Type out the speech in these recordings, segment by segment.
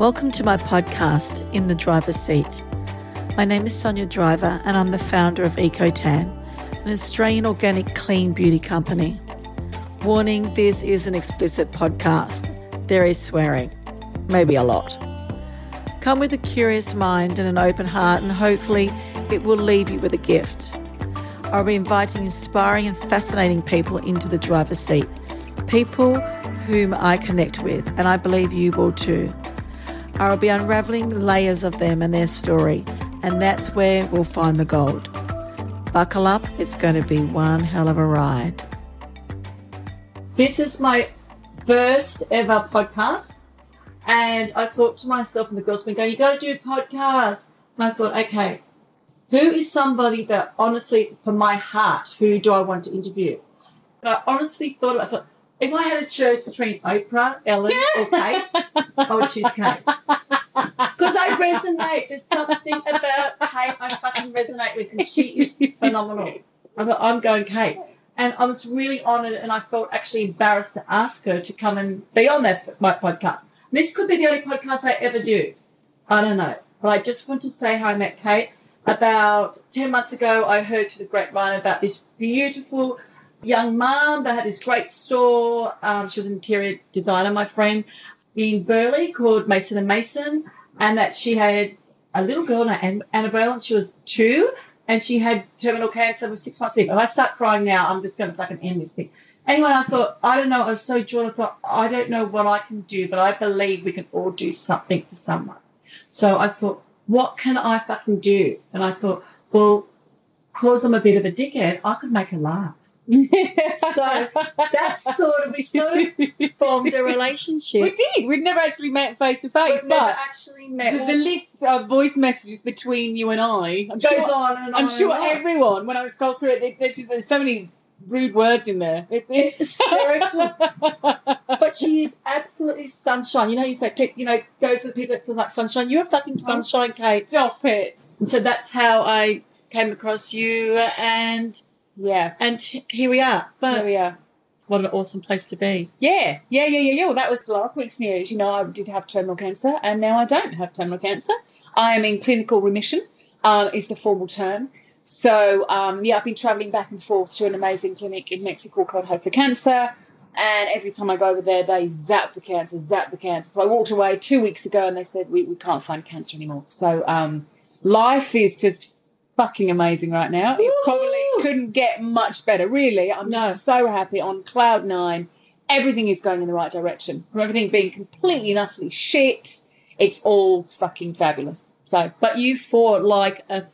Welcome to my podcast, In the Driver's Seat. My name is Sonia Driver, and I'm the founder of EcoTan, an Australian organic clean beauty company. Warning this is an explicit podcast. There is swearing, maybe a lot. Come with a curious mind and an open heart, and hopefully, it will leave you with a gift. I'll be inviting inspiring and fascinating people into the driver's seat, people whom I connect with, and I believe you will too. I'll be unraveling the layers of them and their story, and that's where we'll find the gold. Buckle up, it's going to be one hell of a ride. This is my first ever podcast, and I thought to myself, and the girls been going, You got to do podcasts. And I thought, okay, who is somebody that honestly, from my heart, who do I want to interview? But I honestly thought, about- I thought, if I had a choice between Oprah, Ellen, or Kate, I would choose Kate. Because I resonate. There's something about Kate I fucking resonate with, and she is phenomenal. I'm, I'm going Kate. And I was really honoured, and I felt actually embarrassed to ask her to come and be on that, my podcast. And this could be the only podcast I ever do. I don't know. But I just want to say how I met Kate. About 10 months ago, I heard through the grapevine about this beautiful young mum that had this great store. Um, she was an interior designer, my friend, in Burley called Mason and Mason, and that she had a little girl named An- Annabelle, and she was two, and she had terminal cancer was six months in. If I start crying now, I'm just going to fucking end this thing. Anyway, I thought, I don't know, I was so drawn. I thought, I don't know what I can do, but I believe we can all do something for someone. So I thought, what can I fucking do? And I thought, well, because I'm a bit of a dickhead, I could make her laugh. so that's sort of, we sort of formed a We relationship. did. We'd never actually met face to face, We've never but actually the, met. the list of voice messages between you and I, I'm goes sure, on and I'm on sure and on. everyone, when I scroll through it, they- they just- there's so many rude words in there. It's, It's it's hysterical. but she is absolutely sunshine. You know, you say, pe- you know, go for the people that feel like sunshine. You're a fucking sunshine, Kate. Oh, Stop it. And so that's how I came across you, and Yeah. and here we are. There But we are. what an awesome place to be. Yeah, yeah, yeah, yeah, yeah. Well, that was last week's news. You know, I did have terminal cancer, and now I don't have terminal cancer. I am in clinical remission, um, is the formal term. So, um, yeah, I've been traveling back and forth to an amazing clinic in Mexico called Hope for Cancer. And every time I go over there, they zap the cancer, zap the cancer. So I walked away two weeks ago and they said, we, we can't find cancer anymore. So um, life is just fucking amazing right now. It probably Woohoo! couldn't get much better, really. I'm just so happy on cloud nine everything is going in the right direction. From everything being completely and utterly shit, it's all fucking fabulous. So, But you fought like a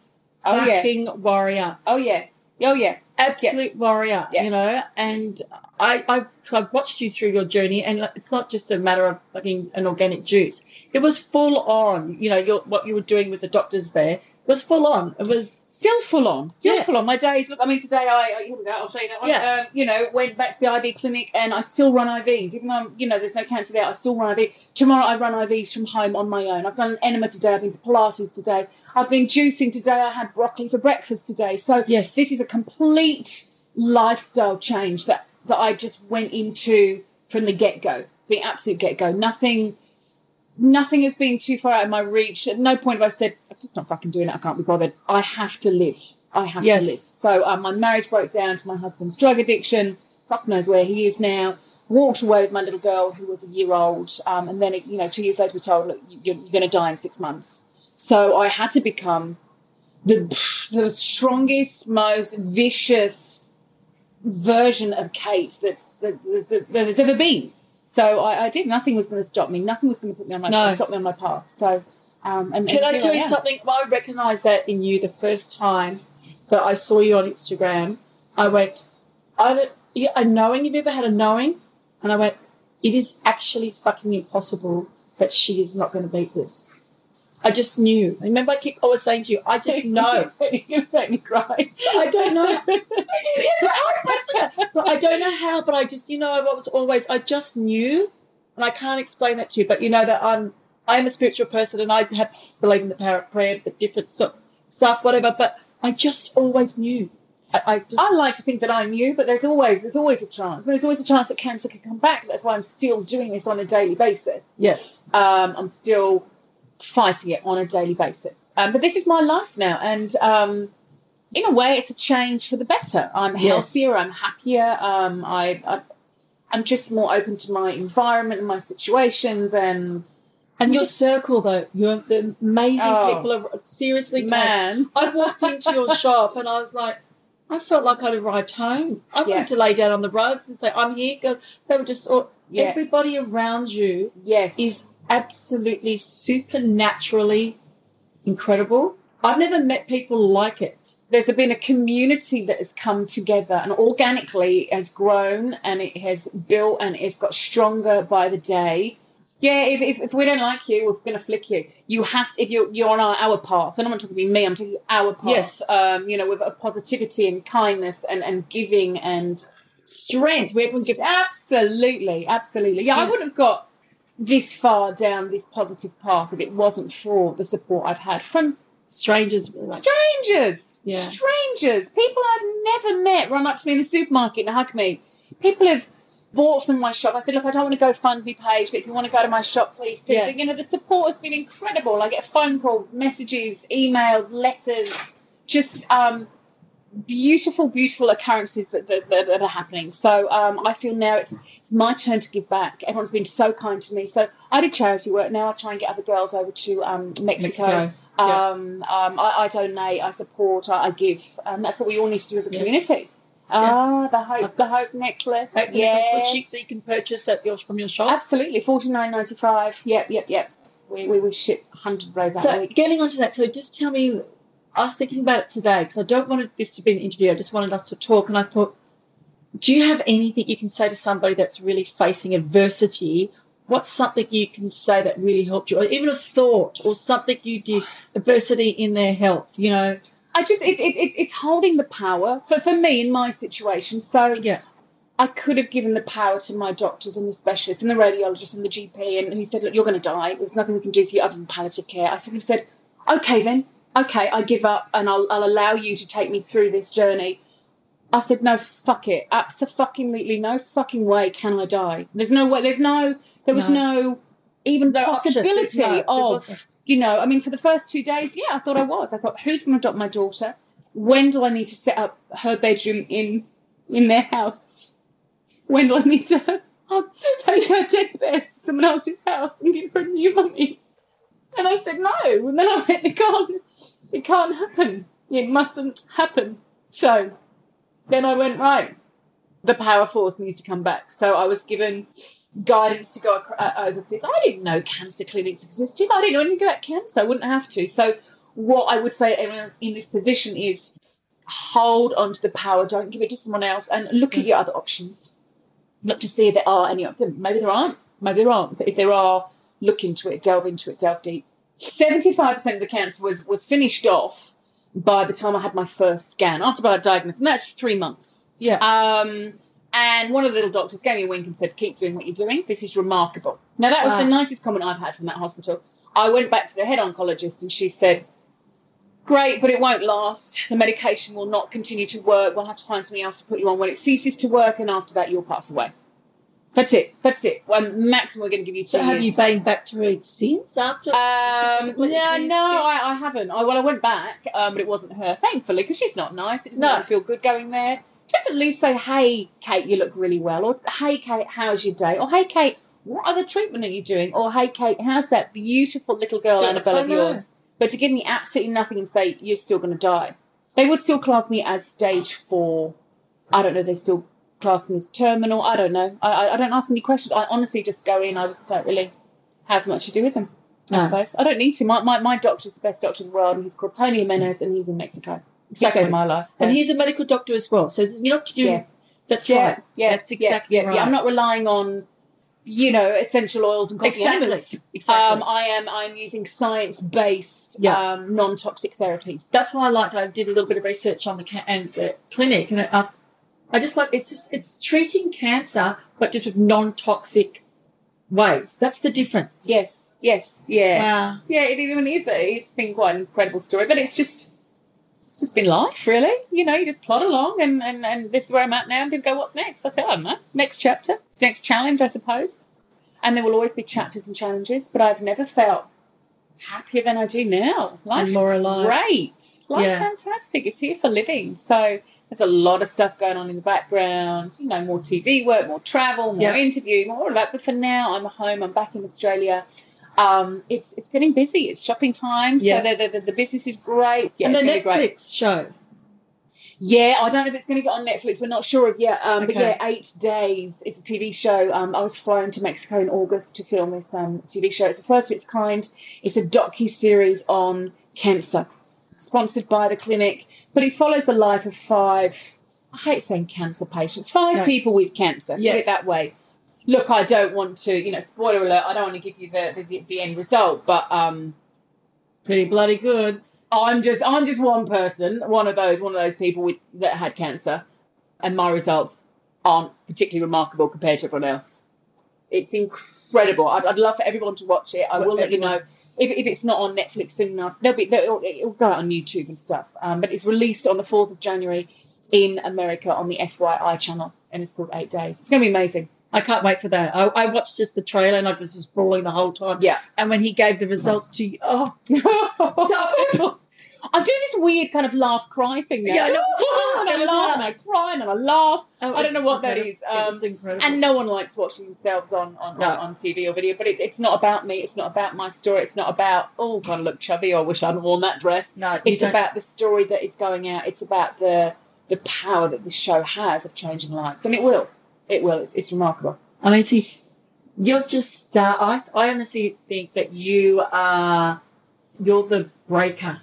Oh, yeah. fucking warrior. oh yeah, oh yeah, absolute warrior, Yeah. you know. And I, I, so I've watched you through your journey, and like, it's not just a matter of fucking an organic juice. It was full on, you know, your, what you were doing with the doctors there was full on. It was still full on, still Yes. full on. My days look. I mean, today I I- here we go. I'll show you that one. Yeah. Um, you know, went back to the IV clinic and I still run IVs, even though I'm, you know there's no cancer there. I still run IVs. Tomorrow I run IVs from home on my own. I've done an enema today. I've been to Pilates today. I've been juicing today. I had broccoli for breakfast today. So yes, this is a complete lifestyle change that that I just went into from the get go, the absolute get go. Nothing, nothing has been too far out of my reach. At no point have I said, "I'm just not fucking doing it. I can't be bothered. I have to live. I have Yes. to live." So um, my marriage broke down to my husband's drug addiction. Fuck knows where he is now. Walked away with my little girl who was a year old, um, and then you know two years later we're told, "Look, you- you're, you're going to die in six months." So I had to become the the strongest, most vicious version of Kate that's that, that, that, that there's ever been. So I, I did. Nothing was going to stop me. Nothing was going to put me on my No. stop me on my path. So um, and, Can and I here tell you am. something? I recognised that in you the first time that I saw you on Instagram. I went, I don't, yeah, a knowing, you've ever had a knowing? And I went, it is actually fucking impossible that she is not going to beat this. I just knew. Remember, I keep always saying to you, I just know. You're gonna make me cry. I don't know. but I don't know how, but I just, you know, what was always, I just knew, and I can't explain that to you, but you know that um, I'm, I'm a spiritual person and I have believe in the power of prayer, the different stuff, stuff, whatever, but I just always knew. I, I, I like to think that I knew, but there's always there's always a chance. There's always a chance that cancer can come back. That's why I'm still doing this on a daily basis. Yes. Um, I'm still fighting it on a daily basis. Um, but this is my life now, and um, in a way, it's a change for the better. I'm Yes. healthier. I'm happier. Um, I, I I'm just more open to my environment and my situations, and And your Just- circle, though, you're the amazing Oh. people are seriously. man, I walked into your shop and I was like, I felt like I'd arrived home. I wanted Yeah. to lay down on the rugs and say, I'm here. Go. They were just all, Yeah. everybody around you yes, is absolutely supernaturally incredible. I've never met people like it. there's been a community that has come together and organically has grown and it has built and it's got stronger by the day. Yeah, if, if, if we don't like you, we're going to flick you. You have to, if you're, you're on our, our path, and I'm not talking about me, I'm talking our path. Yes. Um, you know, with a positivity and kindness and, and giving and Strength. We everyone give absolutely, absolutely. Yeah, I Yeah. would have got this far down this positive path if it wasn't for the support I've had from strangers. Really like, strangers, Yeah. strangers, people I've never met run up to me in the supermarket and hug me. People have bought from my shop. I said, look, I don't want to go fund me page, but if you want to go to my shop, please do. Yeah. So, you know, the support has been incredible. I get phone calls, messages, emails, letters, just um, beautiful, beautiful occurrences that, that, that, that are happening. So um, I feel now it's it's my turn to give back. Everyone's been so kind to me. So I do charity work now. I try and get other girls over to um, Mexico. Mexico. Yeah. Um, um, I, I donate, I support, I, I give. Um, that's what we all need to do as a Yes. community. Ah, the hope, the hope necklace. Open yes. yes. cheap that you can purchase at your, from your shop. Absolutely, forty nine ninety five. Yep, yep, yep. We we, we ship hundreds of those out a So week. getting onto that, so just tell me, I was thinking about it today because I don't want this to be an interview. I just wanted us to talk, and I thought, do you have anything you can say to somebody that's really facing adversity? What's something you can say that really helped you, or even a thought, or something you did adversity in their health? You know, I just it, it, it it's holding the power for for me in my situation. So yeah, I could have given the power to my doctors and the specialists and the radiologist and the GP, and who said, "Look, you're going to die. There's nothing we can do for you other than palliative care." I sort of said, "Okay, then. Okay, I give up, and I'll, I'll allow you to take me through this journey." I said, "No, fuck it. Absolutely, no fucking way can I die. There's no way. There's no. There was no, even There's no option. There's possibility no- there of." wasn't. You know, I mean, for the first two days, yeah, I thought I was. I thought, who's going to adopt my daughter? When do I need to set up her bedroom in in their house? when do I need to I'll take her teddy bears to someone else's house and give her a new mummy? And I said no. And then I went, it can't, it can't happen. It mustn't happen. So then I went, right, the power force needs to come back. So I was given guidance to go acro- uh, overseas. I didn't know cancer clinics existed. I didn't know anything about cancer. I wouldn't have to. So what I would say to everyone in this position is hold on to the power. Don't give it to someone else and look at your other options look to see if there are any of them. Maybe there aren't. Maybe there aren't. But if there are, look into it, delve into it, delve deep. Seventy-five percent of the cancer was was finished off by the time I had my first scan after I got diagnosed, and that's three months. yeah. Um, and one of the little doctors gave me a wink and said, "Keep doing what you're doing. This is remarkable." Now that was Wow. the nicest comment I've had from that hospital. I went back to the head oncologist, and she said, "Great, but it won't last. The medication will not continue to work. We'll have to find something else to put you on when it ceases to work, and after that, you'll pass away." That's it. That's it. Well, maximum we're going to give you two so have years. you been back to read since after? Um, Certificate yeah, clean no, skin? I, I haven't. I, well, I went back, um, but it wasn't her, thankfully, because she's not nice. It doesn't No. really feel good going there. Just at least say, hey, Kate, you look really well, or hey, Kate, how's your day, or hey, Kate, what other treatment are you doing, or hey, Kate, how's that beautiful little girl, Don't- Annabelle I of know. yours? But to give me absolutely nothing and say, you're still going to die, they would still class me as stage four. I don't know, they still class me as terminal. I don't know. I, I, I don't ask any questions. I honestly just go in, I just don't really have much to do with them. I No. suppose. I don't need to. My, my, my doctor's the best doctor in the world, and he's called Tony Jimenez, and he's in Mexico. He's Exactly. saved my life. So. and he's a medical doctor as well. So you're not to do. Yeah. That's yeah, right. yeah, That's exactly yeah, yeah, yeah. right. I'm not relying on, you know, essential oils and coffee Exactly. enemas. Exactly. Um, I am. I'm using science-based, Yeah. um, non-toxic therapies. that's why I liked. I did a little bit of research on the ca- and the clinic, and I, I just like it's just it's treating cancer, but just with non-toxic ways. That's the difference. Yes, yes, yeah, Wow. yeah. It even is. A, it's been quite an incredible story, but it's just it's just been life, really. You know, you just plod along, and, and, and this is where I'm at now. I'm going to go, what next? I said, I don't know. Next chapter, next challenge, I suppose. And there will always be chapters and challenges, but I've never felt happier than I do now. and Life's more alive. great. Life's Yeah. fantastic. It's here for living. So there's a lot of stuff going on in the background. You know, more TV work, more travel, more Yeah. interview, more all of that. But for now, I'm home. I'm back in Australia. Um, it's it's getting busy. It's shopping time. Yeah. So the, the, the, the business is great. Yeah, and the it's gonna be great. Netflix show. Yeah, I don't know if it's going to get on Netflix. We're not sure of yet. Um, But Okay. yeah, Eight Days. It's a TV show. Um, I was flown to Mexico in August to film this um, TV show. It's the first of its kind. It's a docu series on cancer, sponsored by the clinic. But it follows the life of five. I hate saying cancer patients. Five No. people with cancer. Put Yes. it that way. Look, I don't want to. You know, spoiler alert. I don't want to give you the the, the end result, but um, Pretty bloody good. I'm just I'm just one person, one of those one of those people with that had cancer, and my results aren't particularly remarkable compared to everyone else. It's incredible. I'd, I'd love for everyone to watch it. I will let you know if, if it's not on Netflix soon enough. There'll be there'll, it'll go out on YouTube and stuff. Um, but it's released on the fourth of January in America on the FYI channel, and it's called Eight Days. It's going to be amazing. I can't wait for that. I, I watched just the trailer and I was just brawling the whole time. Yeah. And when he gave the results to you, oh, I'm doing this weird kind of laugh cry thing. Now. Yeah, I know. and I It was laugh hard. and I cry and I laugh. oh, I don't know it's what that incredible. is. Um, it was incredible. And no one likes watching themselves on on, No. on, on TV or video, but it, it's not about me. It's not about my story. It's not about oh, God, I look chubby. Or I wish I hadn't worn that dress. no, you It's don't- about the story that is going out. It's about the the power that this show has of changing lives, and it will. It will. It's, it's remarkable. I mean, see, you've just. Uh, I I honestly think that you are. You're the breaker.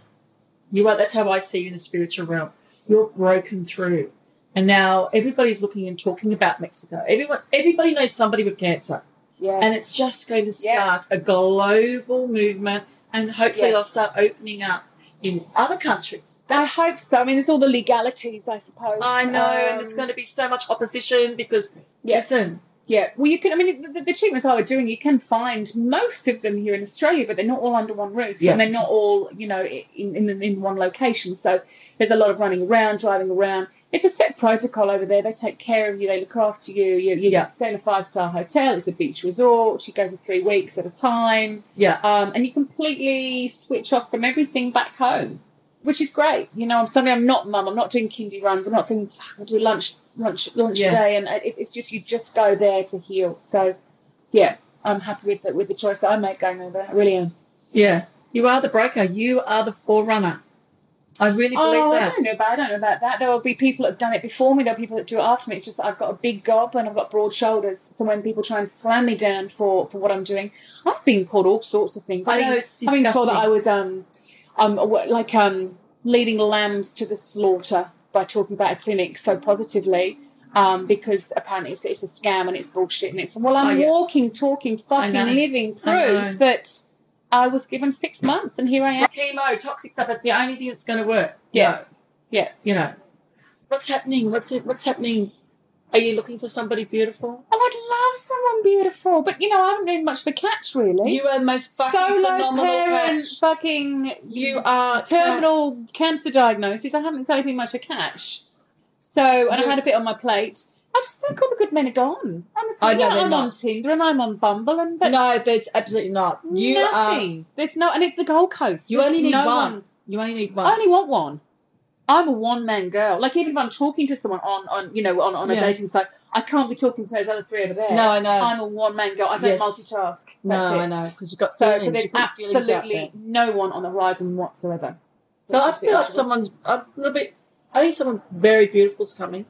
You are. That's how I see you in the spiritual realm. You're broken through, and now everybody's looking and talking about Mexico. Everyone, everybody knows somebody with cancer, Yeah. and it's just going to Yeah. start a global movement, and hopefully Yes. they'll start opening up in other countries. I That's hope so. I mean, there's all the legalities, I suppose. I know, and there's Um, going to be so much opposition because Yeah. listen, Yeah, well, you can. I mean, the, the treatments I was doing, you can find most of them here in Australia, but they're not all under one roof, Yeah. and they're not all, you know, in, in in one location. So there's a lot of running around, driving around. It's a set protocol over there. They take care of you. They look after you. You, you Yeah. stay in a five star hotel. It's a beach resort. You go for three weeks at a time, yeah, um, and you completely switch off from everything back home, which is great. You know, I'm suddenly I'm not mum. I'm not doing kindy runs. I'm not doing "Fuck, I'll do lunch lunch lunch Yeah. today, and it, it's just you just go there to heal. So, yeah, I'm happy with the, with the choice that I make going over. there. I really am. yeah, you are the breaker. You are the forerunner. I really believe Oh, I that. don't know about I don't know about that. There will be people that have done it before me. There are people that do it after me. It's just that I've got a big gob and I've got broad shoulders. So when people try and slam me down for for what I'm doing, I've been called all sorts of things. I I've know it's I mean, told disgusting. that I was um, um, wha- like um, leading lambs to the slaughter by talking about a clinic so positively. Um, because apparently it's, it's a scam and it's bullshit and it's well I'm Oh, yeah. walking, talking, know. fucking living know. proof that I was given six months and here I am. Chemo, toxic stuff. That's the only thing that's going to work. Yeah. No. Yeah. You know, what's happening? What's it? What's happening? Are you looking for somebody beautiful? Oh, I'd love someone beautiful, but you know I haven't been much of a catch really. You are the most fucking Solo phenomenal parent, coach. fucking You are terminal cancer diagnosis. I haven't taken much of cash. So, and I Yeah. had a bit on my plate. I just think all the good men are gone. Honestly, I know yeah, they're I'm on not. Tinder and I'm on Bumble and but no, that's absolutely not. You are. nothing. There's no, and it's the Gold Coast. You There's only need no one. You only need one. I only want one. I'm a one man girl. Like even if I'm talking to someone on, on you know on, on Yeah. a dating site, I can't be talking to those other three over there. no, I know. I'm a one man girl. I don't Yes. multitask. That's no, it. I know because you've got So feelings. there's You've got feelings out there. absolutely no one on the horizon whatsoever. So Which I is a bit feel like miserable. someone's a little bit. I think someone very beautiful's coming.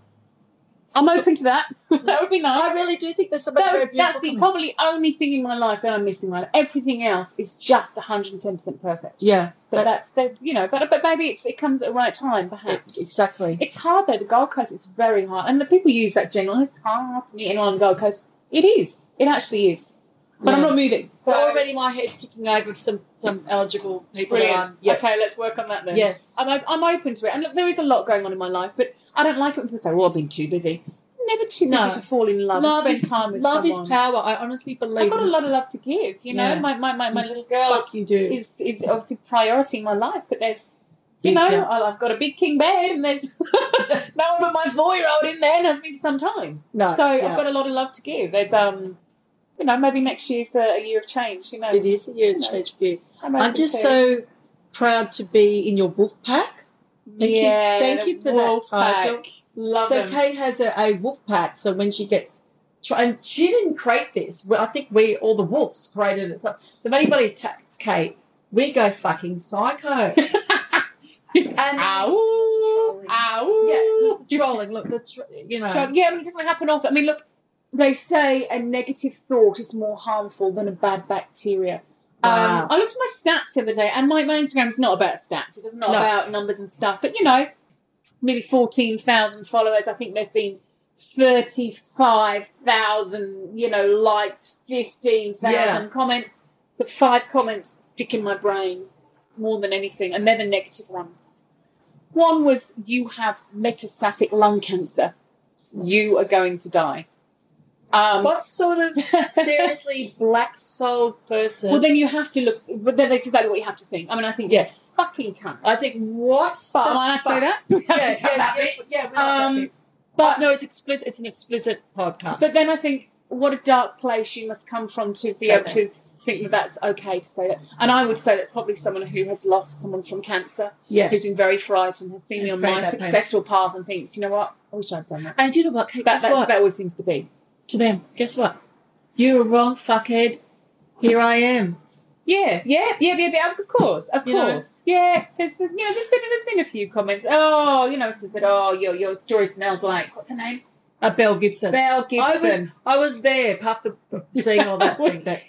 I'm open to that. that would be nice. I really do think there's somebody That very was- that's beautiful. the coming. probably only thing in my life that I'm missing. Right, everything else is just 110 percent perfect. Yeah, e- But that's the you know, but but maybe it's it comes at the right time, perhaps. It's, exactly. hard though. The Gold Coast is very hard, and the people use that general. It's hard to meet anyone on the Gold Coast. It is. It actually is. But I'm Yeah. not moving. But So- already my head's ticking over with some some eligible people. that Brilliant. I'm- yes. Okay, let's work on that then. yes. I'm, op- I'm open to it. And look, there is a lot going on in my life, but I don't like it when people say, well, I've been too busy. Never too busy No. to fall in love. Love and is- spend time with Love someone. is power. I honestly believe. I've got a lot of love to give, you know. Yeah. My, my, my, my little girl Fuck you do. is, is obviously priority in my life, but there's You Big know, bed. I- I've got a big king bed, and there's no one but my four-year-old in there, and has been for some time. No, so yeah. I've got a lot of love to give. There's, um, you know, maybe next year's the, a year of change. Who knows? it is a year Yes. change for you. I'm, I'm open just to- so proud to be in your wolf pack. Thank you- yeah, thank the you for that wolf title. pack. Love so them. Kate has a, a wolf pack. So when she gets, try, and she didn't create this. Well, I think we all the wolves created it. So, so if anybody attacks Kate, we go fucking psycho. and Ow! yeah, Ow! 'cause the trolling. Look, the tr- you know. Child- Yeah, but it doesn't happen often. I mean, look, they say a negative thought is more harmful than a bad bacteria. Wow. Um, I looked at my stats the other day, and my, my Instagram's not about stats. It's not No. about numbers and stuff. But, you know, nearly 14,000 followers. I think there's been 35,000, you know, likes, 15,000 Yeah. comments. But five comments stick in my brain more than anything, and they're the negative ones. One was, you have metastatic lung cancer. You are going to die. Um, what sort of seriously black soul person? well, then you have to look, but then that's exactly what you have to think. I mean, I think, you're yes, fucking cunt. I think what. but the am I allowed to say fuck- that? We have Yeah, to cut yeah, that yeah, bit. yeah, we're not Um, that big. but- no, it's explicit. It's an explicit podcast. But then I think what a dark place you must come from to be Say able to think that that's okay to say that. And I would say that's probably someone who has lost someone from cancer, yeah, who's been very frightened, has seen me on Afraid my that pain. successful path and thinks, you know what, I wish I'd done that. and you know what? Kate, That, guess that, what? that always seems to be. to them. Guess what? You were wrong, fuckhead. Here I am. Yeah, yeah, yeah, yeah, yeah, of course, of You know? course. Yeah, there's, you know, there's been, there's been a few comments. Oh, you know, says that, oh, your, your story smells like, what's her name? At Belle Gibson. Belle I Gibson. was I was there, part of the- seeing all that thing. That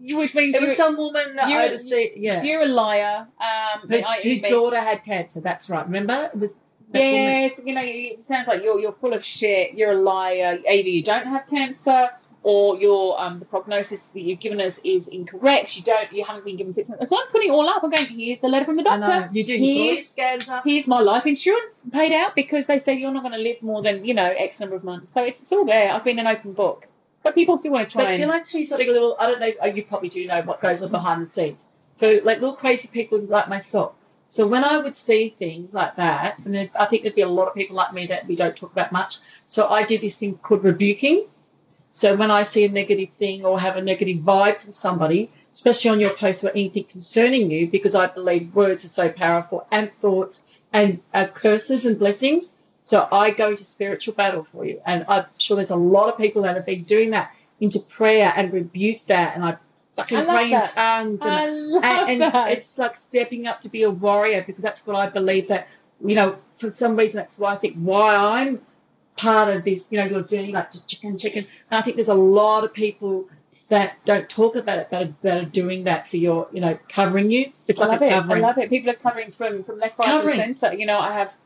You- which means it you're, was some woman that you- I had seen. Yeah, you're a liar. Um, whose, I- whose daughter had cancer. That's right. Remember, it was that woman. Yes, you know, it sounds like you're you're full of shit. You're a liar. Either you don't have cancer, or your um, the prognosis that you've given us is incorrect. You don't. You haven't been given six months. So I'm putting it all up. I'm going. Here's the letter from the I know. doctor. You do He's- blood scans up. Here's my life insurance paid out because they say you're not going to live more than you know X number of months. So it's, it's all there. I've been an open book, but people still want to try. But and, can I tell you something a little? I don't know. oh, You probably do know what goes on behind the scenes for like little crazy people like myself. So when I would see things like that, and there, I think there'd be a lot of people like me that we don't talk about much. So I do this thing called rebuking. So when I see a negative thing or have a negative vibe from somebody, especially on your post or anything concerning you, because I believe words are so powerful and thoughts and uh, curses and blessings. So I go into spiritual battle for you, and I'm sure there's a lot of people that have been doing that into prayer and rebuke that, and I fucking I love pray in that. tongues and I love and, and that. it's like stepping up to be a warrior because that's what I believe that you know for some reason that's why I think why I'm part of this you know your journey like just chicken chicken and I think there's a lot of people that don't talk about it but are, that are doing that for your you know covering you it's I like love a it. I covering love it. People are covering from from left, right, Covering. and centre. You know, I have.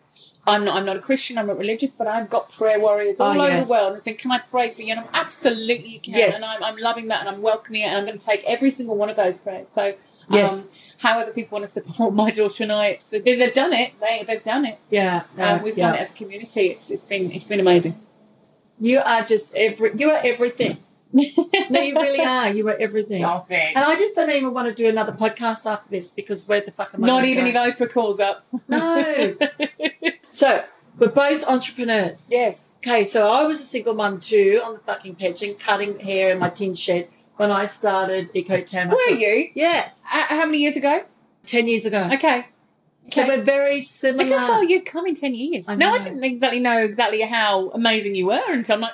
I'm not. I'm not a Christian. I'm not religious, but I've got prayer warriors all Oh, over yes. the world. And saying, "Can I pray for you?" And I'm absolutely you can. Yes. And I'm, I'm loving that, and I'm welcoming it, and I'm going to take every single one of those prayers. So, um, Yes. however, people want to support my daughter and I, it's they, they've done it. They they've done it. yeah uh, Um, we've yeah. done it as a community. It's it's been it's been amazing. you are just every you are everything no you really are you are everything Stop it. and I just don't even want to do another podcast after this because where the fuck am I Not gonna even go? if Oprah calls up. No. so we're both entrepreneurs. Yes. Okay, so I was a single mum too on the fucking pension, cutting hair in my tin shed when I started EcoTam. Where are you? Yes, Uh, how many years ago? ten years ago. Okay. So Okay. we're very Look how far similar. you've come in 10 years. I No, I know. didn't exactly know exactly how amazing you were until I'm like,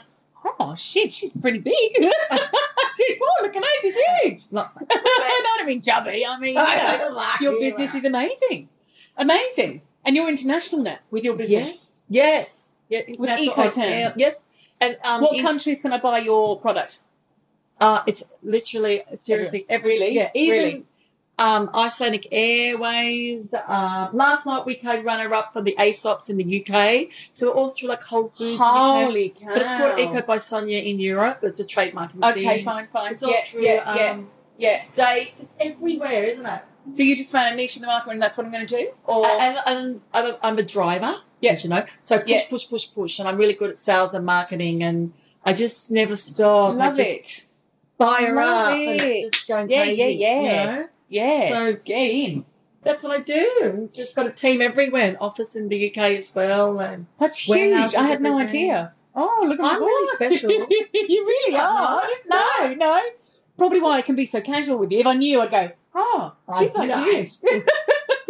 oh, shit, she's pretty big. she's, oh, look at her, she's huge. Not and I don't mean chubby, I mean, you know, your business is amazing. Amazing. And you're international now with your business. yes, yes, yeah, international EcoTerm. on air. Yes, and um, what in- countries can I buy your product? uh, it's literally seriously every Really? yeah, even Really? um, Icelandic Airways. Um, last night we came runner-up for the ASOPs in the UK, so all through like Whole Foods. in the UK. Holy cow. But it's called Eco by Sonia in Europe. It's a trademark in Okay, the- fine, fine. It's all yeah, through yeah, yeah, um, yeah. states. It's everywhere, isn't it? So you just found a niche in the market and that's what I'm going to do? Or And, and I'm, a, I'm a driver, Yeah. as you know. So push, Yeah. push, push, push. And I'm really good at sales and marketing. And I just never stop. I love just it. Fire Love up. And it. it's just going Yeah, crazy. yeah, yeah. you know? Yeah. So get in. That's what I do. Just got a team everywhere, an office in the UK as well. And That's huge. Warehouses I had no everywhere. idea. Oh, look at I'm my really board. special. you really you are. not I didn't know. No, Probably why I can be so casual with you. If I knew, I'd go, oh, I she's like you. yeah,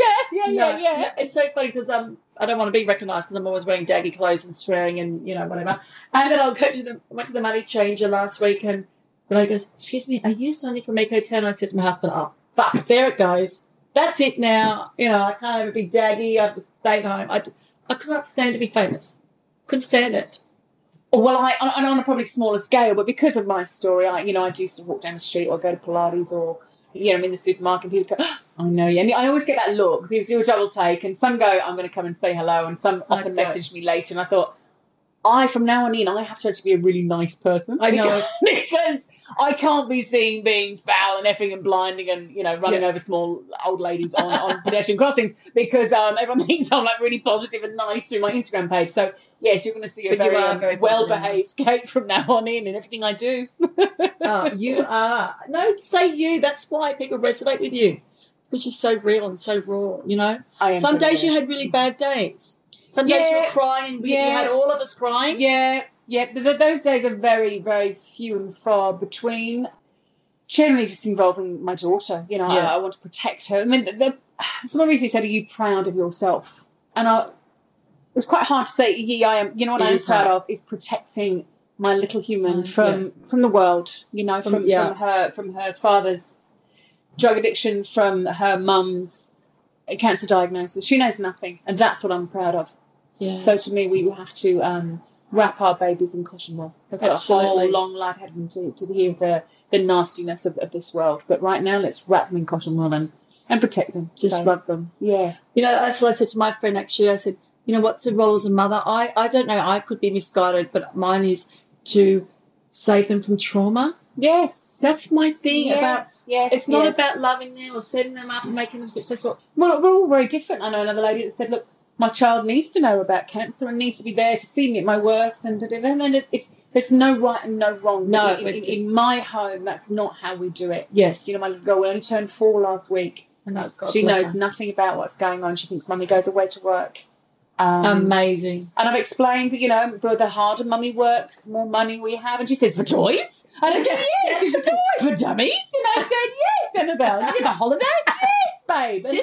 yeah, yeah, No, yeah. no, It's so funny because um, I don't want to be recognised because I'm always wearing daggy clothes and swearing and you know whatever. And then I'll go to the I went to the money changer last week and the lady goes, "Excuse me, are you Sonia from Eco Town?" I said to my husband, "Oh fuck, there it goes. That's it now. You know, I can't ever be daggy. I've stayed home. I, d- I can't stand to be famous. Couldn't stand it. Well, I, I and on a probably smaller scale, but because of my story, I you know I do sort of walk down the street or go to Pilates or you know I'm in the supermarket. People go, "Oh, I know you. And I always get that look. People do a double take, and some go, I'm going to come and say hello, and some I often don't. message me later. And I thought, I from now on in, I have to actually be a really nice person. I know. Because- because I can't be seen being foul and effing and blinding and you know running over small old ladies on, on pedestrian crossings because um, everyone thinks I'm like really positive and nice through my Instagram page. So yes, you're going to see a But you very, are um, very positive and well-behaved Kate from now on in, and everything I do. Oh, you are no, stay you. That's why people resonate with you because you're so real and so raw. You know." I am Some days you pretty had really bad days. Some days you Yeah. were crying. We, You Yeah. had all of us good. crying. yeah, yeah. Th- th- those days are very, very few and far between. Generally, just involving my daughter. You know, I- Yeah. I, want to protect her. I mean, the, the, someone recently said, "Are you proud of yourself?" And I, it was quite hard to say. Yeah, I am. You know what It I am is proud of is protecting my little human Mm, from from the world. You know, From- from yeah. from her from her father's drug addiction, from her mum's cancer diagnosis. She knows nothing, and that's what I'm proud of. Yeah. So to me, we will have to um, wrap our babies in cotton wool. They've got a Absolutely. whole long life ahead of them to, to hear the, the nastiness of, of this world. But right now, let's wrap them in cotton wool and, and protect them. just So, love them. yeah. You know, that's what I said to my friend actually. I said, you know, what's the role as a mother? I, I don't know. I could be misguided, but mine is to save them from trauma. Yes. That's my thing about. yes, It's not yes. about loving them or setting them up and making them successful. Well, we're all very different. I know another lady that said, "Look, my child needs to know about cancer and needs to be there to see me at my worst." And da, da, da. and then it- it's there's no right and no wrong. No, in, but in, just- in my home, that's not how we do it. Yes. You know, my little girl only turned four last week. and I've got she bless knows her. nothing about what's going on. She thinks mummy goes away to work. Um, Amazing. and I've explained that, you know, bro, the harder mummy works, the more money we have. And she says, for toys? And I said, yes, she said, toys for dummies. And I said, yes, Annabelle. She's like, a holiday? Yes, babe. And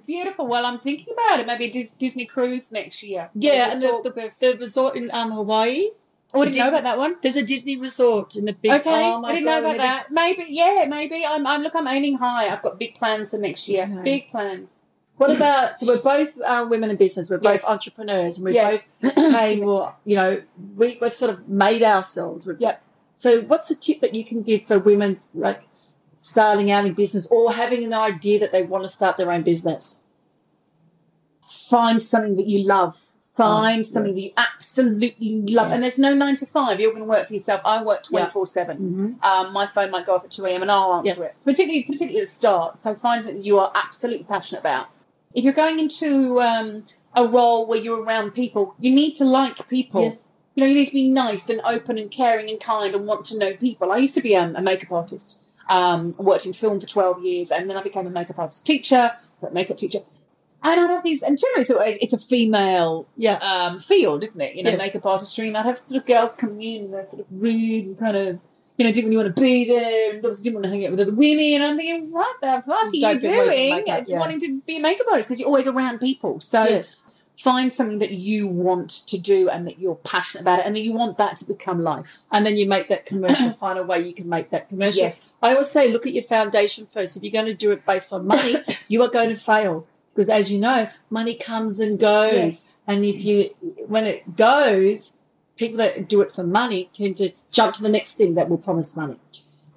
Disneyland. beautiful. Well, I'm thinking about it. Maybe a Dis- Disney cruise next year. Yeah, and There's the, talks the, of- the resort in um, Hawaii. oh, I didn't know Disney- about that one. There's a Disney resort in the big. Okay, oh my I didn't God, know about and that. Maybe, yeah, maybe. I'm, I'm, look, I'm aiming high. I've got big plans for next year. Okay. Big plans. What about so we're both uh, women in business, we're both Yes. entrepreneurs, and we're Yes. both paying more. You know, we, we've sort of made ourselves. We've- Yep. So, what's a tip that you can give for women like starting out in business or having an idea that they want to start their own business? find something that you love. Find Oh, something yes. that you absolutely love. And Yes. there's no nine to five. You're going to work for yourself. I work 24 7. Mm-hmm. Um, my phone might go off at 2 a.m. and I'll answer Yes. it. Particularly, particularly at the start. So find something that you are absolutely passionate about. If you're going into um, a role where you're around people, you need to like people. Yes. You know, you need to be nice and open and caring and kind and want to know people. I used to be um, a makeup artist. Um, I worked in film for 12 years and then I became a makeup artist teacher, a makeup teacher. And I'd have these, and generally it's, always, it's a female Yeah. um, field, isn't it? You know, Yes. makeup artistry. And I'd have sort of girls coming in and they're sort of rude and kind of, you know, didn't really want to be there and obviously didn't want to hang out with other women. And I'm thinking, what the fuck are you Don't do women's doing? makeup, yeah. Wanting to be a makeup artist because you're always around people. So yes. find something that you want to do and that you're passionate about it and that you want that to become life. And then you make that commercial. find a way you can make that commercial. Yes. I always say, look at your foundation first. If you're going to do it based on money, you are going to fail because, as you know, money comes and goes. And if you, when it goes, people that do it for money tend to jump to the next thing that will promise money.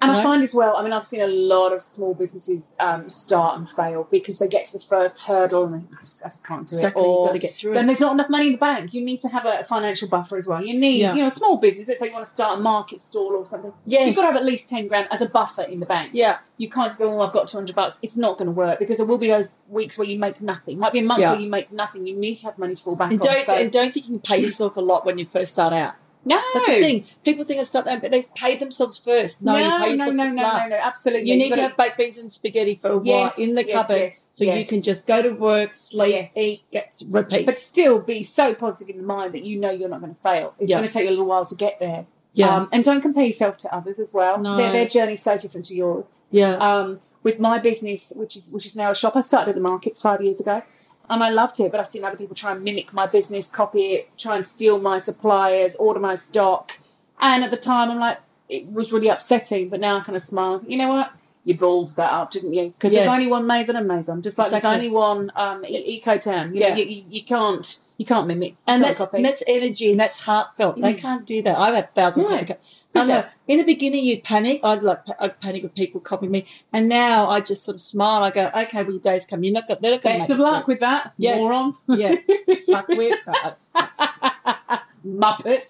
And Right. I find as well, I mean, I've seen a lot of small businesses um, start and fail because they get to the first hurdle and they, I, just, I just can't do Exactly, it. you've Or got to get through then it. there's not enough money in the bank. You need to have a financial buffer as well. You need, Yeah. you know, a small business. Let's say you want to start a market stall or something. Yes. You've got to have at least 10 grand as a buffer in the bank. yeah, You can't just go, oh, I've got 200 bucks. It's not going to work because there will be those weeks where you make nothing. Might be a month Yeah. where you make nothing. You need to have money to fall back and on. don't So- and don't think you can pay yourself a lot when you first start out. No, That's the thing. People think it's something, but they pay themselves first. No, you pay no, no, yourself no, with no, love. no, no, absolutely. You need You've to got have baked beans and spaghetti for a while Yes, in the yes, cupboard, yes, so you yes. can just go to work, sleep, Yes. eat, get repeat. but still be so positive in the mind that you know you're not going to fail. It's Yeah. going to take you a little while to get there. yeah, Um, and don't compare yourself to others as well. No. Their, their journey's so different to yours. yeah, Um, with my business, which is which is now a shop, I started at the markets five years ago, and I loved it. But I've seen other people try and mimic my business, copy it, try and steal my suppliers, order my stock. And at the time, I'm like, it was really upsetting. But now I kind of smile. You know what? You balls that up, didn't you? Because there's Yeah. only one Maison and Maison, just like Exactly. there's only one um, e- EcoTerm. You know, Yeah. you, you, you can't you can't mimic. and Can't that's copy. and that's energy and that's heartfelt. They Mm. can't do that. I've had a thousand. No. copycat- Good I know. job. In the beginning, you'd panic. I'd like I'd panic with people copying me, and now I just sort of smile. I go, okay, well, your day's come. You're not going. They're not going. Best of luck with that, Yeah. moron. Yeah, fuck with. uh, Muppet.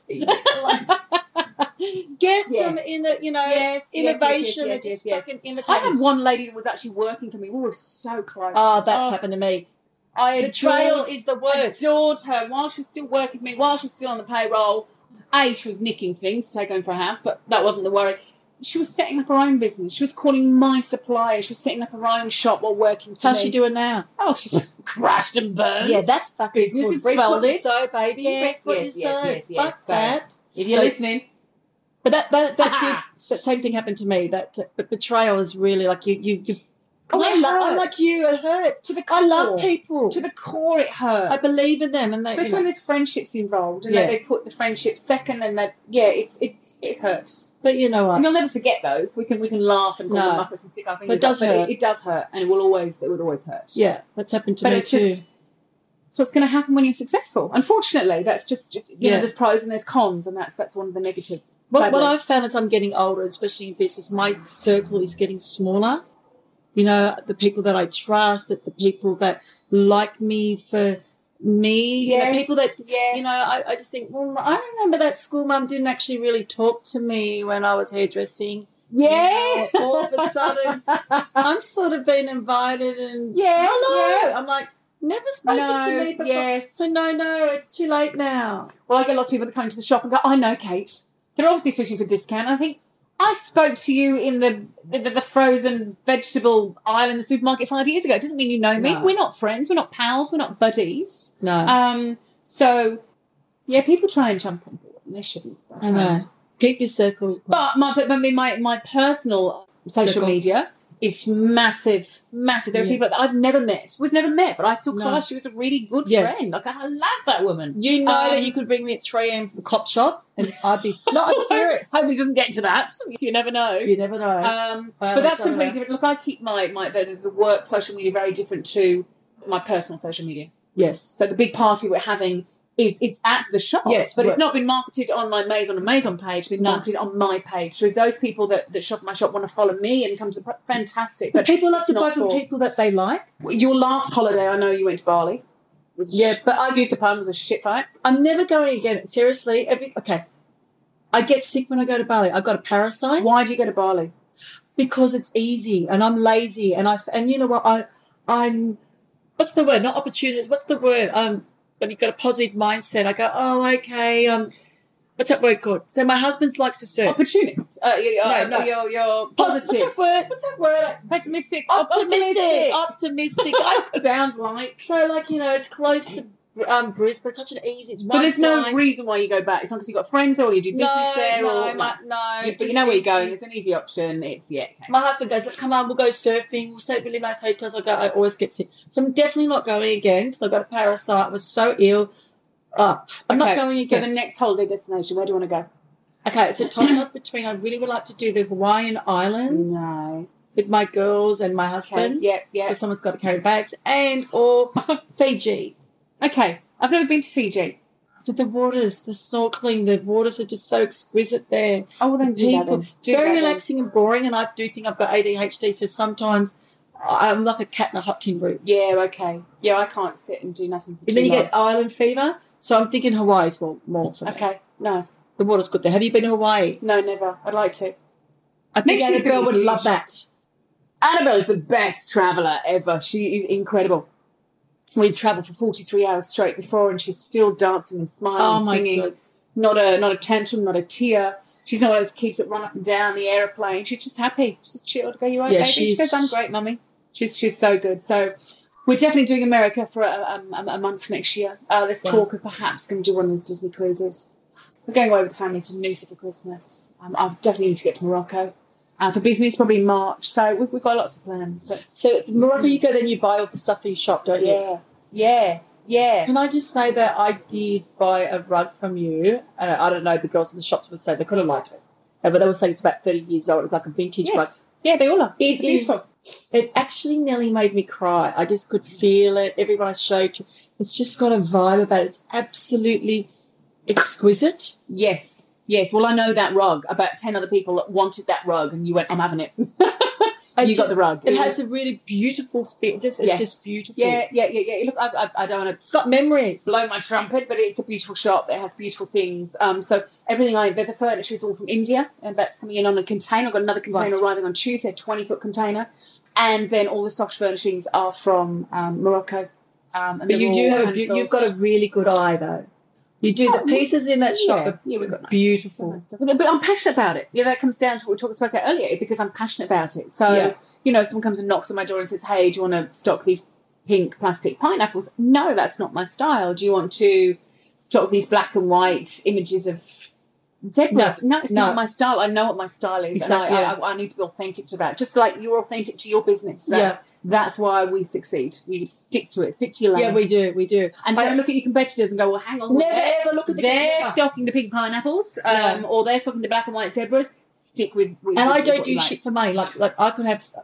Get Yeah. some in the you know Yes, innovation and Yes, yes, yes, yes, just yes. fucking I imitate. had one lady that was actually working for me. We were so close. Oh, that's Oh, happened to me. I Betrayal adored, is the worst. adored her while she was still working for me, while she was still on the payroll. A, she was nicking things to take home for her house, but that wasn't the worry. She was setting up her own business. She was calling my supplier. She was setting up her own shop while working for How's me. she doing now? Oh, she's crashed and burned. Yeah, that's fucking Business good. is Red foot folded. and so, baby. Yes, Red foot yes, and yes, so. yes, yes, Fuck so. that. If you're So- listening, But that that, that did that same thing happened to me. That but betrayal is really like you you. you Oh, I it lo- I'm hurts. like you. It hurts. to the core. I love people. To the core, it hurts. I believe in them, and they. especially You when know, there's friendships involved and Yeah. they, they put the friendship second and that yeah it's it it hurts but you know and what? you'll never forget those we can we can laugh and call No. them up and stick our fingers But it does up, but hurt. It, it does hurt and it will always it would always hurt Yeah, that's happened to but me it's too. just it's what's going to happen when you're successful unfortunately that's just you Yeah. know there's pros and there's cons and that's that's one of the negatives What, what sadly. I've found as I'm getting older, especially in business, my circle is getting smaller. You know, the people that I trust, that the people that like me for me, you know, Yes, people that yes. you know, I, I just think, well, I remember that school mum didn't actually really talk to me when I was hairdressing. yeah You know, all of a sudden, I'm sort of being invited and yeah hello. yeah. I'm like, never spoken to No, me before. yes. So no, no, it's too late now. Well, I get lots of people that come into the shop and go, I know, Kate. They're obviously fishing for discount. I think I spoke to you in the the, the frozen vegetable aisle in the supermarket five years ago. It doesn't mean you know me. No. We're not friends. We're not pals. We're not buddies. No, Um, so, yeah, people try and jump on board. and They shouldn't. um, I know. Keep your circle. But my, but I mean, my, my personal social Circle. media is massive, massive. There are Yeah. people that I've never met. We've never met, but I still No. class you as a really good Yes. friend. Like, I love that woman. You know that Um, you could bring me at 3 a.m. from the cop shop and I'd be, no, I'm serious. Hope he doesn't get to that. You never know. You never know. Um, Well, but that's it's all completely right. different. Look, I keep my, my the, the work social media very different to my personal social media. yes. So the big party we're having is it's at the shop. Yes, but right. it's not been marketed on my Maison and Maison page. It's been No. marketed on my page. So if those people that, that shop at my shop want to follow me and come to the pro- fantastic. But But people love to buy not from for- people that they like. your last holiday, I know you went to Bali. Was Yeah, but I- I used the pun was a shit fight. I'm never going again. Seriously, every, okay. I get sick when I go to Bali. I've got a parasite Why do you go to Bali? because it's easy and I'm lazy and I, and you know what? I, I'm, what's the word? Not opportunities. What's the word? Um, when you've got a positive mindset, I go, oh, okay. Um, what's that word called? So my husband likes to surf. Opportunist. Uh, you No, no. You're, you're What's positive. that word? What's that word? Pessimistic. Op- Optimistic. Optimistic. I Sounds like. So, like, you know, it's close to um, Brisbane. It's such an easy. It's But there's no flight. reason why you go back. It's not because you've got friends there or you do business no, there. no, or, my- no. Yeah, but just you know where you're easy. going. It's an easy option. It's, yeah. okay. My husband goes, Look, come on, we'll go surfing. We'll stay at really nice hotels. I go, I always get sick. So I'm definitely not going again because I got a parasite. I was so ill. Uh, I'm Okay, not going So again. the next holiday destination, where do you want to okay, it's a toss up between I really would like to do the Hawaiian go? Islands Nice. with my girls and my husband. Okay. Yeah, yeah. Because someone's got to carry bags and or Fiji. Okay. I've never been to Fiji. But the waters, the snorkeling, the waters are just so exquisite there. Oh, well, then do that People- then. It's Do very that then. relaxing and boring, and I do think I've got ADHD, so sometimes I'm like a cat in a hot tin roof. Yeah, okay. Yeah, I can't sit and do nothing for And too then you long. get island fever, so I'm thinking Hawaii's more, more for me. Okay, nice. The water's good there. Have you been to Hawaii? No, never. I'd like to. I think Next year's Annabelle gonna would be love huge. that. Annabelle is the best traveller ever. She is incredible. We've travelled for 43 hours straight before and she's still dancing and smiling Oh and my singing. god. not a not a tantrum, not a tear. She's not one of those kids that run up and down the airplane. She's just happy. She's chilled. Go, you all right, Yeah, baby? She she's- goes, I'm great, mummy. She's she's so good. So we're definitely doing America for a, um, a, a month next year. Uh, let's Wow. talk of perhaps going to do one of those Disney cruises. We're going away with the family to Noosa for Christmas. Um, I definitely need to get to Morocco. Uh, for business, probably March. So we've, we've got lots of plans. But So the Morocco, you go, then you buy all the stuff for your shop, don't you? yeah, yeah, yeah. Can I just say that I did buy a rug from you? And I don't know, the girls in the shops would say they couldn't like it. Uh, But they were saying it's about 30 years old. It's like a vintage rug. Yes. Yeah, they all are. It is. Beautiful. It actually nearly made me cry. I just could feel it. Everyone I showed to, it's just got a vibe about it. It's absolutely exquisite. Yes, yes. Well, I know that rug. About 10 other people wanted that rug, and you went, I'm having it. I and you got just- the rug. It has a really beautiful fit. Just, Yes. It's just beautiful. Yeah, yeah, yeah, yeah. Look, I, I, I don't want It's got memories. to blow my trumpet, but it's a beautiful shop. It has beautiful things. Um, so everything I the, the furniture is all from India, and that's coming in on a container. I've got another container Right. arriving on Tuesday, a 20 foot container, and then all the soft furnishings are from um, Morocco. Um, and But you do have a beau- beautiful. you've got a really good eye though. You do the pieces in that shop Yeah, are yeah, Oh, we've got nice. beautiful. Nice stuff. But but I'm passionate about it. Yeah, that comes down to what we talked about that earlier because I'm passionate about it. So, Yeah. you know, if someone comes and knocks on my door and says, hey, do you want to stock these pink plastic pineapples? No, that's not my style. Do you want to stock these black and white images of zebras? No, it's no. not my style. I know what my style is. Exactly, And I, I, I need to be authentic to that. Just like you're authentic to your business. That's, that's why we succeed. We stick to it, stick to your lane. Yeah, we do, we do. and I- don't look at your competitors and go, well, hang on. Never they're- ever look at the they're computer. stocking the pink pineapples, um, Yeah. or they're stocking the black and white zebras. Stick with, with and I with don't what do you like. shit for money. Like like I could have s-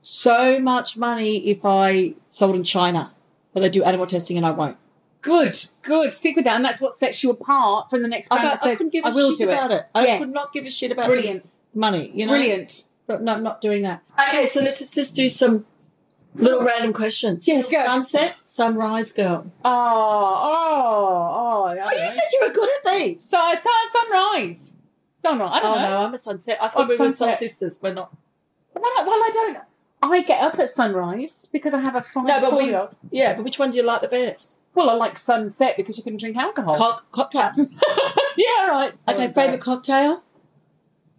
so much money if I sold in China, but they do animal testing and I won't. Good, good. Stick with that, and that's what sets you apart from the next I, brand that don't- I says, couldn't give "I a will shit do it." about it. I Yeah. could not give a shit about Brilliant, money. You know, brilliant. But no, I'm not doing that. Okay, so let's just do some little random questions. Yes, go. Sunset, sunrise, girl. Oh, oh, oh! I Oh, don't know. you said you were good at these. so I saw sunrise. Sunrise. I don't oh know. no, I'm a sunset. I Oh, thought we were soul sunset. sisters. We're not. Well, I, well, I don't. I get up at sunrise because I have a five. No, but we- four-year-old. Yeah, but which one do you like the best? Well, I like sunset because you can drink alcohol. Co- cocktails. yeah, right. okay, Oh, favorite cocktail.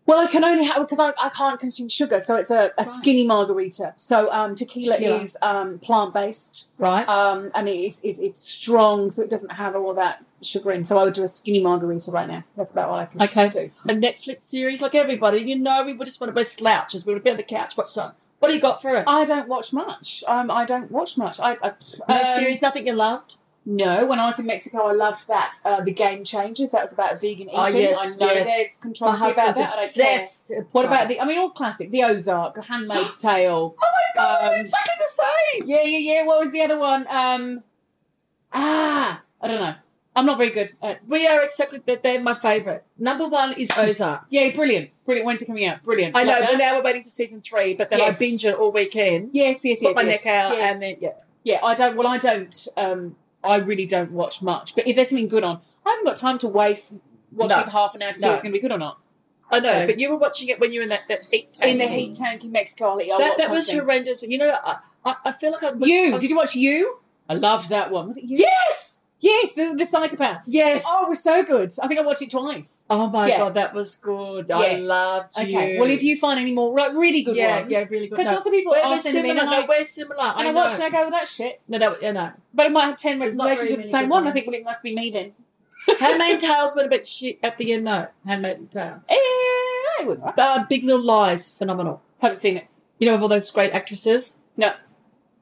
Well, I can only have because I, I can't consume sugar, so it's a, a Right. skinny margarita. So um, tequila, Tequila. is um, plant based, Right. um, and it's, it's it's strong, so it doesn't have all that sugar in. So I would do a skinny margarita right now. That's about all I can Okay. do. a Netflix series, like everybody. You know, we would just want to be slouches. We would be on the couch, watch some. What do you got for us? I don't watch much. Um, I don't watch much. I, I no um, series, nothing you loved. No, when I was in Mexico, I loved that uh, the Game Changers. That was about vegan eating. Oh, yes, I know yes. there's My controversy about husband's that. I don't care. obsessed. What about the? I mean, all classic. The Ozark, The Handmaid's Tale. Oh my god, Um, exactly the same. Yeah, yeah, yeah. What was the other one? Um, ah, I don't know. I'm not very good. At, We are exactly that. They're my favorite. Number one is Ozark. yeah, brilliant, brilliant. When's it coming out? Brilliant. I know, Love but that. now we're waiting for season three. But then Yes. I binge it all weekend, Yes, yes, put yes. my yes, neck out, yes. and then yeah. yeah, I don't. Well, I don't. Um, I really don't watch much. But if there's something good on, I haven't got time to waste watching No. for half an hour to see No. if it's going to be good or not. I know, So- but you were watching it when you were in that, that heat tank. In the heat tank in Mexico, I'll, That, I'll watch that was something. horrendous. You know, I, I, I feel like I was. you. I- Did you watch you? I loved that one. Was it you? yes, Yes, the, the psychopath. yes. Oh, it was so good. I think I watched it twice. Oh my Yeah. god, that was good. I Yes. loved you. Okay. Well, if you find any more like, really good yeah, ones, yeah, really good. Because No, lots of people we're, are we're sending similar. me and, No, I, we're similar. I and I know. watch and I go, well, that's shit. no, that, yeah, no. But I might have 10 There's not very recommendations many of the same good one. I ones. think, well, it must be me then. Handmaid's Tales would have been shit at the end. No, Handmaid's Tale. Eh, I would. I Uh, Big Little Lies, phenomenal. haven't seen it. You know, of all those great actresses. No.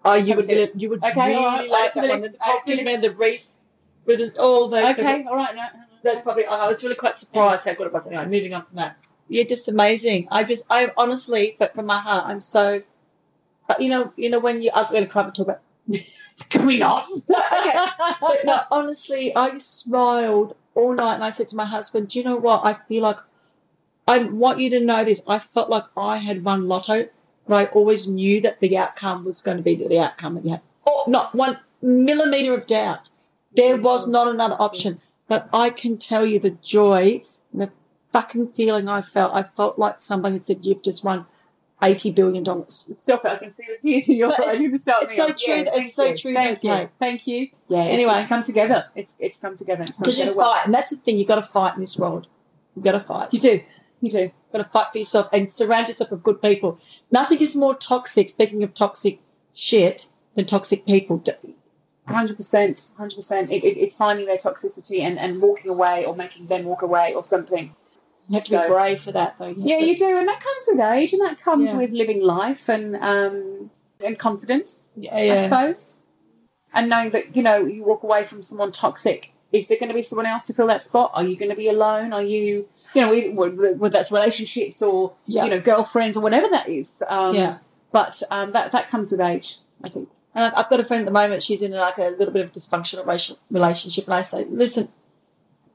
Oh, you would Haven't seen really, you would Okay, really all right, like add that to the one. The list, add Top to the Man, the Reese, with his- all those. Okay, all right. No, no, no. That's probably. I was really quite surprised how good it was. Anyway, moving on from that. Yeah, just amazing. I just, I honestly, but from my heart, I'm so. But you know, you know when you, I was going to come and talk about. Can we not? Okay. But no, honestly, I smiled all night and I said to my husband, Do you know what? I feel like I want you to know this. I felt like I had won lotto, but I always knew that the outcome was going to be the outcome that you had. Oh, not one millimeter of doubt. There was not another option. But I can tell you the joy and the fucking feeling I felt. I felt like somebody had said, You've just won eighty billion dollars. Stop it. I can see the tears in your But eyes. it's- You can stop it's me so off. true. thank It's so you. true, Thank you. okay. Thank you. Yeah. Anyway, Anyway, it's come together. It's it's come together. It's come because you together well. fight, and that's the thing. You got to fight in this world. You got to fight. You do. You do. got to fight for yourself and surround yourself with good people. Nothing is more toxic. Speaking of toxic shit, than toxic people. D- Hundred percent, hundred percent. It, it, it's finding their toxicity and, and walking away or making them walk away or something. You have to So- be brave for that, though. Yeah, you do, and that comes with age, and that comes Yeah. with living life and um, and confidence, Yeah, I yeah. suppose, and knowing that you know you walk away from someone toxic. Is there going to be someone else to fill that spot? Are you going to be alone? Are you, you know, we- whether whether that's relationships or Yeah. you know girlfriends or whatever that is. Um, Yeah. But um, that that comes with age, I think. And I've, I've got a friend at the moment, she's in like a little bit of dysfunctional racial relationship. And I say, listen,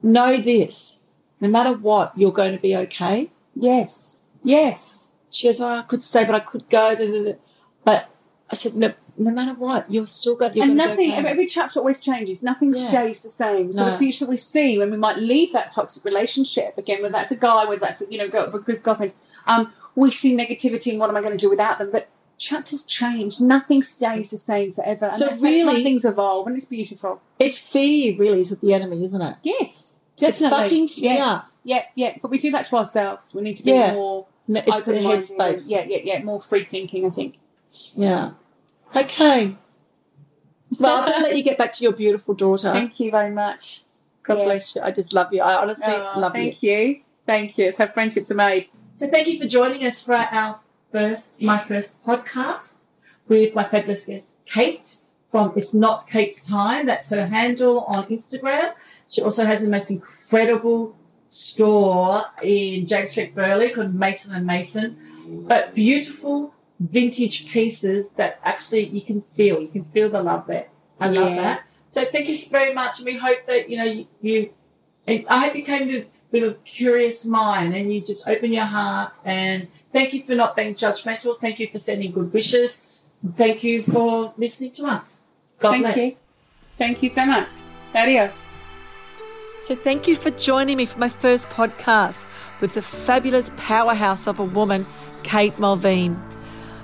know this, no matter what, you're going to be okay. Yes. Yes. She goes, oh, I could stay, but I could go. da, da, da." But I said, no, no matter what, you're still going to and nothing, be every, okay. every chapter always changes. Nothing Yeah. stays the same. So No. the future we see when we might leave that toxic relationship again, whether that's a guy, whether that's a, you know girl, a good girlfriend, um, we see negativity and what am I going to do without them? But chapters change. Nothing stays the same forever. And So that's- that's really- why things evolve, and it's beautiful. It's fear, really, is the enemy, isn't it? Yes, It's definitely. fucking fear. Yes. Yeah, yeah. But we do that to ourselves. We need to be Yeah. more No, It's the open-minded. headspace. Yeah, yeah, yeah. More free thinking. I think. Yeah. Okay. Well, I'm going to let you get back to your beautiful daughter. Thank you very much. God Yeah. bless you. I just love you. I honestly Oh, love you. thank you. Thank you. It's how friendships are made. So thank you for joining us for our first, my first podcast with my fabulous guest Kate from It's Not Kate's Time. That's her handle on Instagram. She also has the most incredible store in James Street, Burley called Mason and Mason. But beautiful vintage pieces that actually you can feel. You can feel the love there. I love Yeah. that. So thank you very much, and we hope that you know you. you I hope you came to with a curious mind and you just open your heart and thank you for not being judgmental. Thank you for sending good wishes. Thank you for listening to us. God Thank bless. you. Thank you so much. Adios. So, thank you for joining me for my first podcast with the fabulous powerhouse of a woman, Kate Mulveen.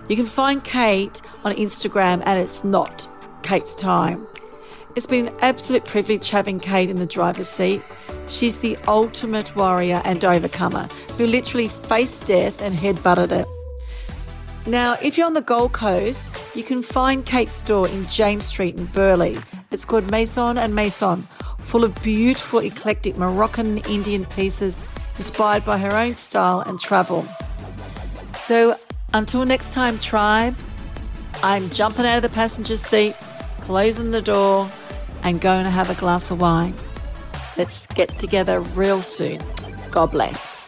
You can find Kate on Instagram and it's not Kate's time. It's been an absolute privilege having Kate in the driver's seat. She's the ultimate warrior and overcomer who literally faced death and headbutted it. Now, if you're on the Gold Coast, you can find Kate's store in James Street in Burleigh. It's called Maison and Maison, full of beautiful, eclectic Moroccan and Indian pieces inspired by her own style and travel. So, until next time, tribe, I'm jumping out of the passenger seat, closing the door, and going to have a glass of wine. Let's get together real soon. God bless.